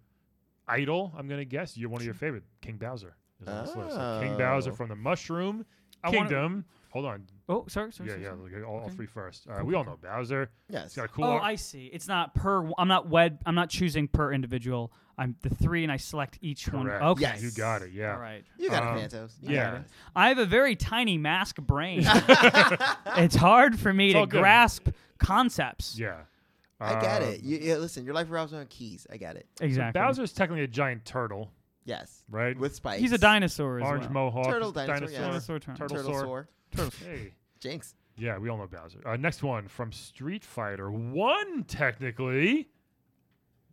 idol, I'm going to guess. You're one of your favorite, King Bowser. Is on this list. So King Bowser Oh. from the Mushroom I wanna- Kingdom. Hold on. Oh, sorry. sorry, Yeah, sorry, yeah. sorry. look at All, all Okay. three first. Uh, we all know Bowser. Yes. He's got a cool. Oh, ar- I see. It's not per. I'm not wed. I'm not choosing per individual. I'm the three, and I select each Correct. one. Okay. Yes. You got it. Yeah. All right. You got Um, a Phantos. You yeah. got I have a very tiny mask brain. it. it's hard for me It's all to good. grasp concepts. Yeah. I get Uh, it. You, yeah, listen, your life revolves around keys. I get it. Exactly. Bowser's technically a giant turtle, Yes. right? With spikes. He's a dinosaur as Orange well. mohawk. Turtle dinosaur. dinosaur, yeah. Dinosaur turn. Turtle turtle sword. sore. Hey. Jinx. Yeah, we all know Bowser. Uh, next one from Street Fighter One, technically.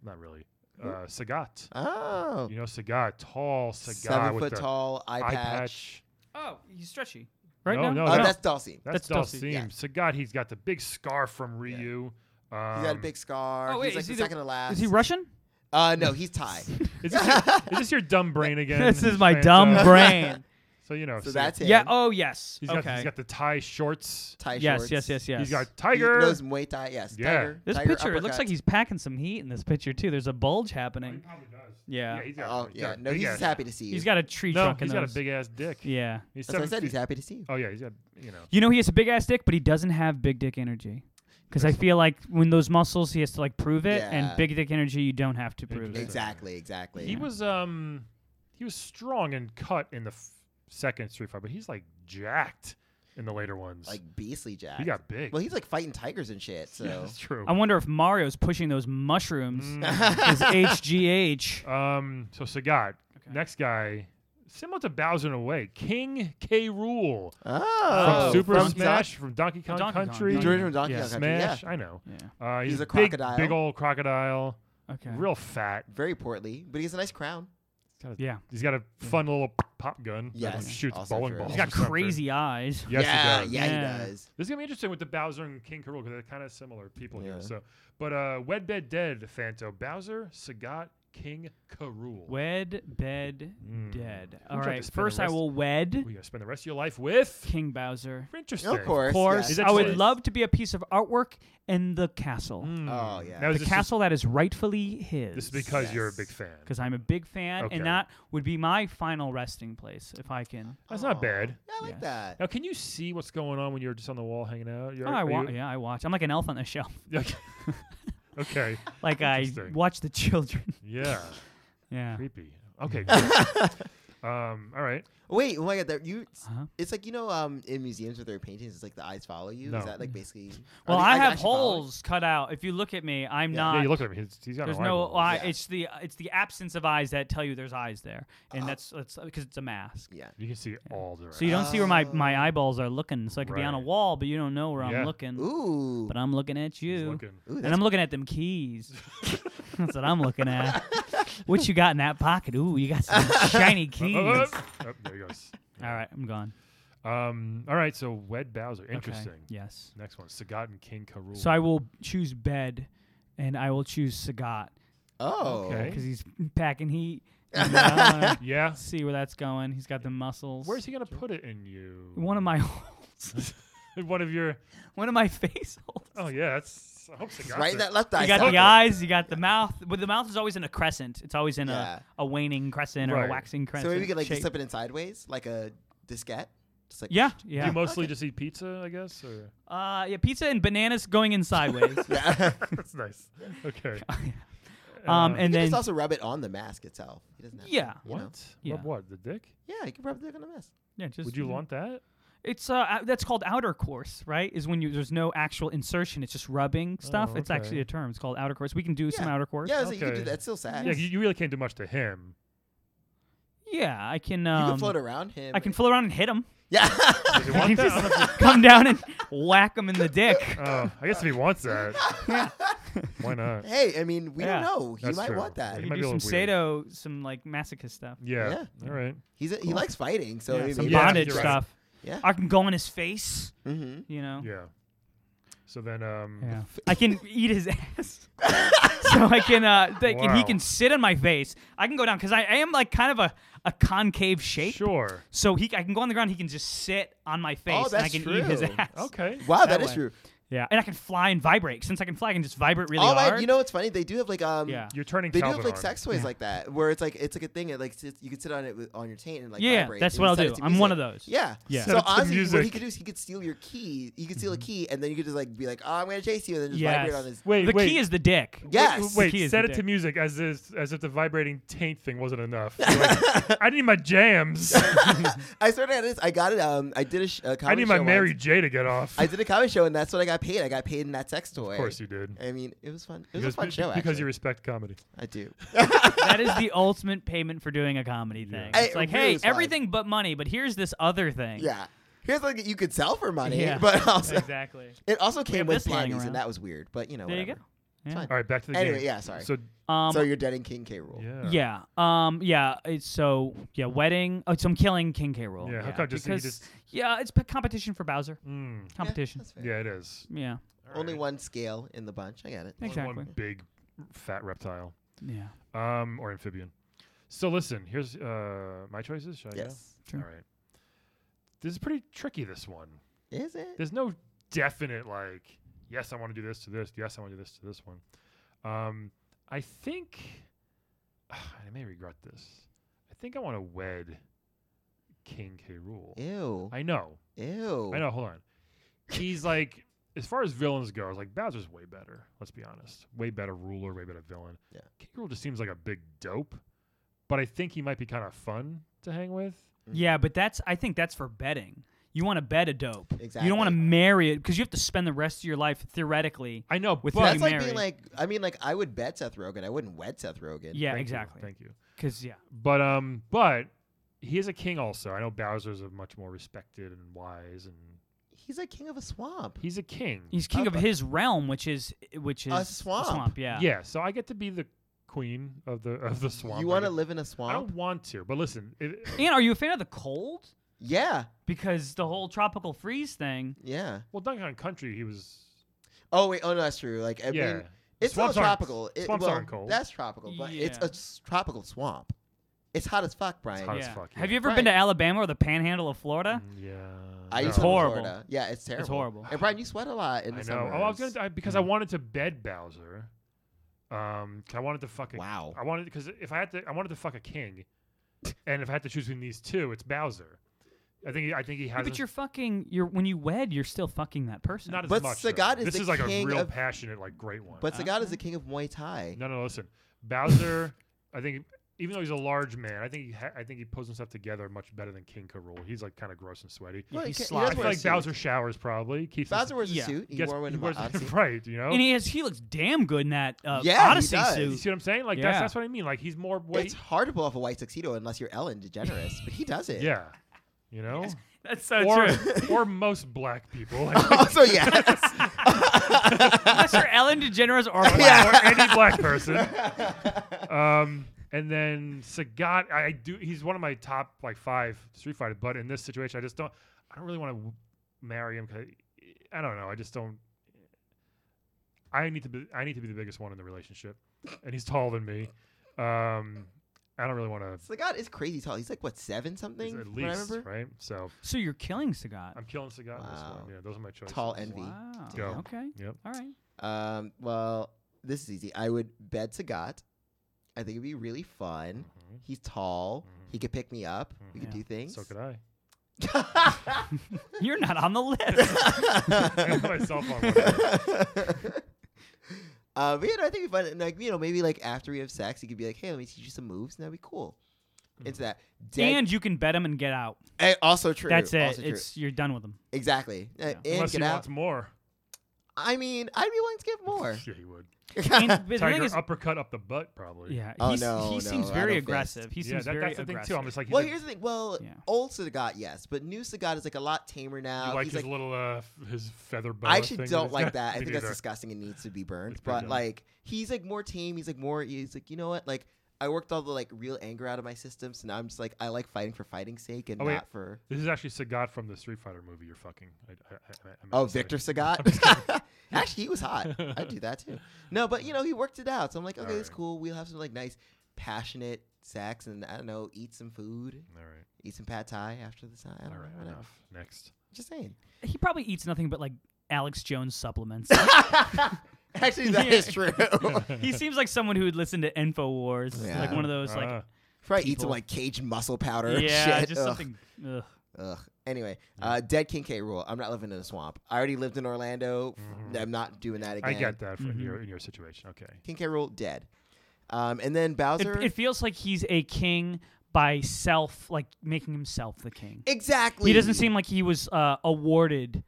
Not really. Uh, Sagat. Oh. You know Sagat, tall Sagat Seven with foot the tall, eye, eye patch. patch. Oh, he's stretchy. Right No, now? no, Oh, Oh, that's Dulcie. That's, That's Dulcie, Dalsim. yeah. Sagat, he's got the big scar from Ryu. Um, He's got a big scar. Oh, wait, he's like is the he the- second to last. Is he Russian? Uh, no, he's Thai. Is this, your, is this your dumb brain again? this is my Fanta? dumb brain. So you know. so so that's him. yeah. Oh, uh, yes. he's okay. got he's got the tie shorts. Thai yes, shorts. yes. Yes. Yes. He's got He tiger. knows Muay Thai. Yes. Yeah. Tiger, This tiger picture. It looks uppercut. like he's packing some heat in this picture too. There's a bulge happening. probably does. Yeah. he's got, Oh he's yeah. got a No, big he's ass- just happy to see you. He's got a tree No, trunk in he's got a those. big ass dick. Yeah. He's That's what I seven said. He's feet- happy to see you. Oh yeah, he's got you know. You know he has a big ass dick, but he doesn't have big dick energy. Because I feel like when those muscles, he has to like prove it, Yeah. and big dick energy, you don't have to prove it. Interesting. Exactly. Exactly. He was um, he was strong and cut in the f- second Street Fighter, but he's like jacked in the later ones. like beastly Jack. he got big. Well, he's like fighting tigers and shit. So. yeah, that's true. I wonder if Mario's pushing those mushrooms. Mm. His HGH. um, so Sagat, Okay. next guy, similar to Bowser in a way, King K. Rule Oh. from Super from Smash, from Donkey Kong Donkey Kong, Country, Donkey Donkey, original Donkey Yeah, Kong Country, Smash. Yeah. I know. Yeah. Uh, he's, He's a big, crocodile. big old crocodile, Okay. real fat. Very portly, but he has a nice crown. Yeah. He's got a fun little pop gun. that Yes, shoots also bowling true. balls. He's or got something. crazy eyes. Yes, yeah, he does. yeah, Yeah. he does. This is gonna be interesting with the Bowser and King Karul because they're kind of similar people Yeah. here. So, but uh, Wed Bed Dead, Fanto, Bowser, Sagat, King Karul. Wed, bed, Mm. dead. Who All tried to right. spin the First, I rest- will wed We gotta spend the rest of your life with. King Bowser. Interesting. Of course. Of course, Is Yes. that I choice? would love to be a piece of artwork in the castle. Mm. Oh, yeah. Now, is Hmm. The this is- castle that is rightfully his. This is because you're a Yes. big fan. Because I'm a big fan, Okay. and that would be my final resting place if I can. That's Aw. not bad. I like Yeah. that. Now, can you see what's going on when you're just on the wall hanging out? You're, Oh, I are wa- you- yeah, I watch. I'm like an elf on the shelf. Okay. okay. Like I Interesting. watch the children. Yeah. yeah. Creepy. Okay. good. um. All right. Wait, oh my god, that you. Uh-huh. It's like you know, um, in museums with their paintings, it's like the eyes follow you. No. Is that like basically? are Well, the I eyes have actually following? holes cut out. If you look at me, I'm Yeah. not. Yeah. You look at him. He's, he's got there's no. no eyeball. eye. Yeah. It's the it's the absence of eyes that tell you there's eyes there, and Oh. that's that's because it's a mask. Yeah. You can see all the. So you don't see where my, my Oh. eyeballs are looking. So I could be on a Right. wall, but you don't know where Yeah. I'm looking. Ooh. But I'm looking at He's you, looking. Ooh, and that's I'm looking at them keys. that's what I'm looking at. What you got in that pocket? Ooh, you got some shiny keys. Oh, All oh, oh, there he goes. right, I'm gone. Um. All right. So Wed Bowser. Okay, Interesting. Yes. Next one. Sagat and King Karul. So I will choose bed, and I will choose Sagat oh. Okay. because he's packing heat. and, uh, Yeah. see where that's going. He's got the muscles. Where's he gonna put it in you? One of my holes. One of your. One of my face holes. Oh yeah. That's. I hope Sagat's Right in a- that left eye. You got socket. the eyes. You got the mouth. But the mouth is always in a crescent. It's always in Yeah. a, a waning crescent or Right. a waxing So crescent. maybe we could like just shape. slip it in sideways, like a disquette. Just like Yeah, Do yeah. you mostly just eat pizza, I guess, or Uh, yeah. Pizza and bananas going in sideways. Yeah. that's nice. Okay. Uh, um, and You can then just also rub it on the mask itself. He doesn't have to, yeah, you know? what? Yeah. Rub what? The dick? Yeah, you can rub it on the mask. yeah. Just Would you want that? It's uh, ou- that's called outer course, right? Is when you there's no actual insertion. It's just rubbing stuff. It's Oh, okay. actually a term. It's called outer course. We can do some Yeah. outer course. Yeah, so you can do Okay. that. It's still sad. Yeah, you, you really can't do much to him. Yeah, I can. you Um, can float around him. I can float around and hit him. Yeah. Does he want that? I don't know if Come down and whack him in the dick. he- Oh, I guess if he wants that, why not? hey, I mean, we Yeah. don't know. He That's might true. want that. He You might be do a some little weird. sado, some like masochist stuff. Yeah. Yeah. All right. He's a, he likes fighting, so Yeah, maybe some yeah, bondage you're right. stuff. Yeah. I can go in his face. hmm You know. Yeah. So then, um, Yeah. I can eat his ass. so I can, uh, like, and he Wow. can sit on my face. I can go down because I, I am like kind of a, a concave shape. sure. So he, I can go on the ground. He can just sit on my face, and I Oh, that's can eat his true. ass. Okay. Wow, That that is way. true. Yeah, and I can fly and vibrate. Since I can fly, I can just vibrate really All hard. right, you know what's funny? They do have like um yeah. You're turning they do Calvin have like on. sex toys Yeah. like that where it's like it's like a thing it like sits, you can sit on it with, on your taint and like yeah, vibrate, that's and what you I'll set do. it to I'm music. one of those. Yeah. Yeah. Set So it to honestly, what he music. Mm-hmm. could do is he could steal your key. He could steal a key, and then you could just like be like, "Oh, I'm gonna chase you," and then just vibrate Yes. on his. Wait, the wait. key is the dick. Yes. Wait, key is set it the to dick. music as if, as if the vibrating taint thing wasn't enough. You're like, I need my jams. I swear to God, this I got it. Um, I did a, sh- a I comedy need show. my Mary once. J to get off. I did a comedy show, and that's what I got paid. I got paid in that sex toy. of course you did. I mean, it was fun. It was because, a fun be- show. because actually. you respect comedy. I do. that is the ultimate payment for doing a comedy thing. I- It's like, it really hey, is fun. everything but money, but here's this other thing. Yeah. Here's like you could sell for money, Yeah. but also Exactly. it also came have with this lying panties, and around. that was weird. But you know, There you whatever. go. Yeah. It's All right, back to the Anyway, game. yeah, sorry. So Um, fine. So you're dead in King K rule. yeah, yeah. Um. Yeah. It's so. Yeah. Wedding. Oh, so I'm killing King K. Rule. Yeah, how come just- you because, just- Yeah. It's p- competition for Bowser. Mm, Competition. that's fair. yeah, it is. Yeah. All Only right. one scale in the bunch. I got it. Thanks. Only one Exactly. big fat reptile, Yeah. Mm-hmm. um, or amphibian. So listen, here's uh, my choices. Should I go? Yes. Sure. All right. This is pretty tricky. This one. Is it? There's no definite like. Yes, I want to do this to this. Yes, I want to do this to this one. Um, I think I may regret this. I think I want to wed King K. Rule. Ew. I know. Ew. I know. Hold on. He's like, as far as villains go, I was like Bowser's way better. Let's be honest, way better ruler, way better villain. Yeah. King Rule just seems like a big dope, but I think he might be kind of fun to hang with. Yeah. But that's. I think that's for betting. You want to bet a dope. You Exactly. don't want to marry it because you have to spend the rest of your life theoretically. I know, With but that That's like Mary. being like. I mean, like I would bet Seth Rogen. I wouldn't wed Seth Rogen. Yeah. Thank you, exactly. thank you. Because yeah. But um, but he is a king also. I know Bowser's a much more respected and wise, and He's like king of a swamp. he's a king. He's king of Okay. his realm, which is which is A swamp. yeah. yeah. So I get to be the queen of the of the swamp. You I want to get- live in I a don't swamp? want to, but listen, it, And are you a fan of the cold? Yeah. Because the whole tropical freeze thing. Yeah. well, Donkey Kong Country, he was. Oh wait. Oh no, that's true. Like I yeah. mean, it's Swamps not aren't- tropical. It, swamps well, aren't cold. That's tropical, but it's Yeah. a s- tropical swamp. It's hot as fuck, Brian. hot as Yeah. fuck, Have yeah. you ever Right. been to Alabama or the Panhandle of Florida? Mm, Yeah. I used It's to live in horrible. Florida. Yeah, it's terrible. horrible. And Brian, you sweat a lot in I the Hmm. know. summer. Oh, I was gonna I, because I wanted to bed Bowser. Um, 'cause I wanted to fucking. Wow. I wanted because if I had to, I wanted to fuck a king, and if I had to choose between these two, it's Bowser. I think. he- I think he Yeah, has. but you're fucking. You're when you wed, you're still fucking that person. not as But much. though. Sagat is this the is like king a real of- passionate, like great one. But Sagat is the king of Muay Thai. no, no, listen, Bowser. I think even though he's a large man, I think he ha- I think he pulls himself together much better than King Karol. He's like kind of gross and sweaty. Yeah, Well, he's he ca- he sloppy. I does feel wear a like suit. Bowser showers probably. Keeps his- Bowser wears a Yeah. suit. He gets- wore one he in my wears- Odyssey. right, you know. And he has he looks damn good in that uh, Yeah, he Odyssey does. you suit. see what I'm saying? Like Yeah. that's that's what I mean. Like he's more It's weight. hard to pull off a white tuxedo unless you're Ellen DeGeneres, but he does it. Yeah, you know. That's so or true. or most black people. also, yeah. Unless you're Ellen DeGeneres or Black. black- or any black person. Um, and then Sagat, I I do. He's one of my top like five Street Fighter, but in this situation, I just don't. I don't really want to marry him because I don't know. I just don't. I need to be. I need to be the biggest one in the relationship, and he's taller than me. Um, I don't really want to. Sagat is crazy tall. He's like what seven something? At when I least remember. right. So So you're killing Sagat. I'm killing Sagat. in This Wow. one. Yeah, those are my choices. Tall envy. Wow. Go. Okay. Yep. All right. Um, well, this is easy. I would bed Sagat. I think it'd be really fun. Mhm. He's tall. Mhm. He could pick me up. We could Mhm. do things. So could I. You're not on the list. I put myself on. One. uh, but yeah, no, I think it'd be fun. And like you know, maybe like after we have sex, he could be like, "Hey, let me teach you some moves," and that'd be cool. Hmm. It's that. Dead- and you can bet him and get out. Eh, also true. That's it. also true. It's you're done with him. exactly. Uh, Yeah. and Unless get he out. wants more. I mean, I'd be willing to give more. Yeah, he would. And but the thing Tiger is, uppercut up the butt, probably. yeah, Oh, he's, no, he no, seems I very don't aggressive. He Yeah, seems that- very that's the aggressive. thing too. I'm just like, he's well, a- here's the thing. Well, Yeah. old Sagat, yes, but new Sagat is like a lot tamer You now. like He's his like, little uh, f- his feather boa. I actually thing don't he's like got? that. I Me think that's neither. disgusting and needs to be burned. It's pretty But dumb. like, he's like more tame. He's like more. He's like, you know what? Like, I worked all the like real anger out of my system, so now I'm just like, I like fighting for fighting's sake and Oh, wait. not for. This is actually Sagat from the Street Fighter movie. You're fucking. I, I, I, I meant Oh, to say. Victor I'm just Sagat. actually, he was hot. I'd do that too. No, but you know, he worked it out. So I'm like, okay, it's Alright. cool. We'll have some like nice, passionate sex, and I don't know, eat some food, All right, eat some pad thai after the time. I don't all right, know, whatever. enough. Next. Just saying. he probably eats nothing but like Alex Jones supplements. Actually, that is true. he seems like someone who would listen to Infowars, Yeah. like one of those like Ah, Probably eat People. some like caged muscle powder. yeah, shit. just Ugh. something. Ugh. Ugh. Anyway, uh, dead King K rule. I'm not living in a swamp. I already lived in Orlando. Mm-hmm. Mhm. I'm not doing that I again. get that for in Mhm. your in your situation. Okay. King K rule dead. Um, and then Bowser. It, it feels like he's a king by self, like making himself the king. exactly. He doesn't seem like he was uh, awarded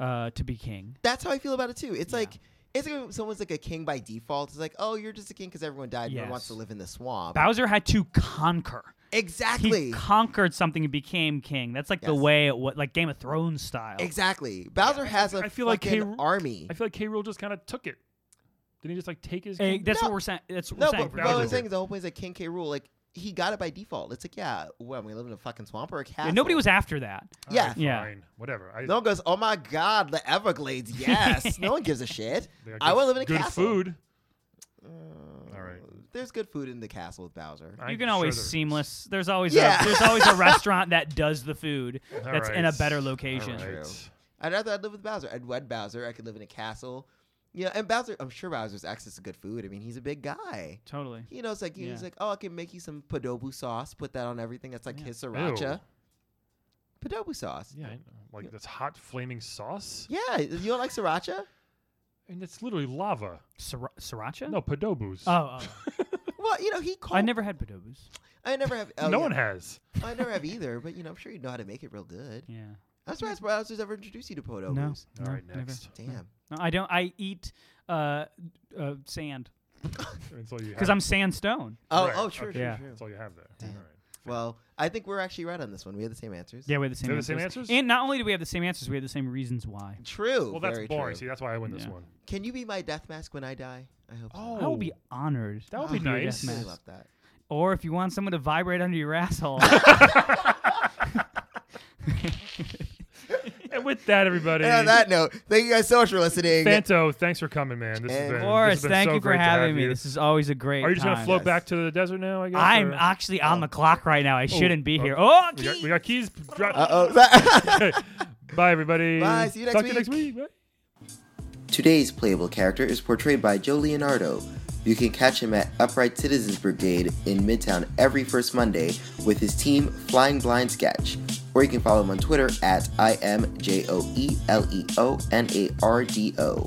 uh, to be king. That's how I feel about it too. It's Yeah. like it's like when someone's like a king by default. It's like, oh, you're just a king because everyone died. and No one wants Yes. to live in the swamp. Bowser had to conquer. exactly. He conquered something and became king. That's like the Yes. way it was, like Game of Thrones style. exactly. Bowser has a I feel like K. fucking Rool- army. I feel like K. Rule just kind of took it. Did he just like take his? Hey, kingdom? that's No. what we're saying. That's what No, we're saying. but for what I Bowser Bowser. was saying is the whole point is like King K. Rule, like he got it by default. It's like, yeah, what am I living in a fucking swamp or a castle? Yeah, nobody was after that. All yeah. right, Yeah. Fine. Whatever. I, No one goes, oh my god, the Everglades. Yes, no one gives a shit. they got I good- want to live in a good castle. food. Uh, All right. There's good food in the castle with Bowser. I'm you can sure always there is. seamless. There's always Yeah. a, there's always a restaurant that does the food All that's in a right, better all location. right. True. I'd rather I'd live with Bowser. I'd wed Bowser. I could live in a castle. You know, and Bowser, I'm sure Bowser's access to good food. I mean, he's a big guy. Totally. You know, it's like Yeah. he's like, oh, I can make you some padobu sauce. Put that on everything. That's like Yeah. his Ew. sriracha. Padobu sauce. Yeah, I know. like that's hot flaming sauce, Yeah, you don't like sriracha? and it's literally lava. Sira- sriracha? No, padobus. Oh, oh. Well, you know, he called. I never had padobas. I never have. Oh, no yeah. one has. I never have either, but you know, I'm sure you know how to make it real good. Yeah. I'm surprised Browser's ever introduced you to podobus. No. All No, right, never. next. Damn. No, I don't. I eat uh, uh, sand That's all you because have. I'm sandstone. Oh, Right, oh, true, okay. true, Yeah. true. That's all you have there. Damn. All right. Well, I think we're actually right on this one. We had the same answers. Yeah, we have the same. They're the answers. same answers? And not only do we have the same answers, we have the same reasons why. True. Well, that's very boring. See, True. that's why I win this Yeah. one. Can you be my death mask when I die? I hope. so. I will be honored. Oh. That would be to your nice. death I mask. love that. Or if you want someone to vibrate under your asshole. And with that, everybody. And on that note, thank you guys so much for listening. Fanto, thanks for coming, man. This has Of been, Of this course, has been thank so you for great to have having me. you. This is always a great. Are you just gonna time. float Yes. back to the desert now? I guess. I'm or- actually on the clock right now. I shouldn't be here. Oh, Oh. we, got, geez. we got keys. Drop. Uh oh. Bye, everybody. Bye, see you next Talk week. To you next week. Bye. Today's playable character is portrayed by Joe Leonardo. You can catch him at Upright Citizens Brigade in Midtown every first Monday with his team Flying Blind Sketch. Or you can follow him on Twitter at I M J O E L E O N A R D O.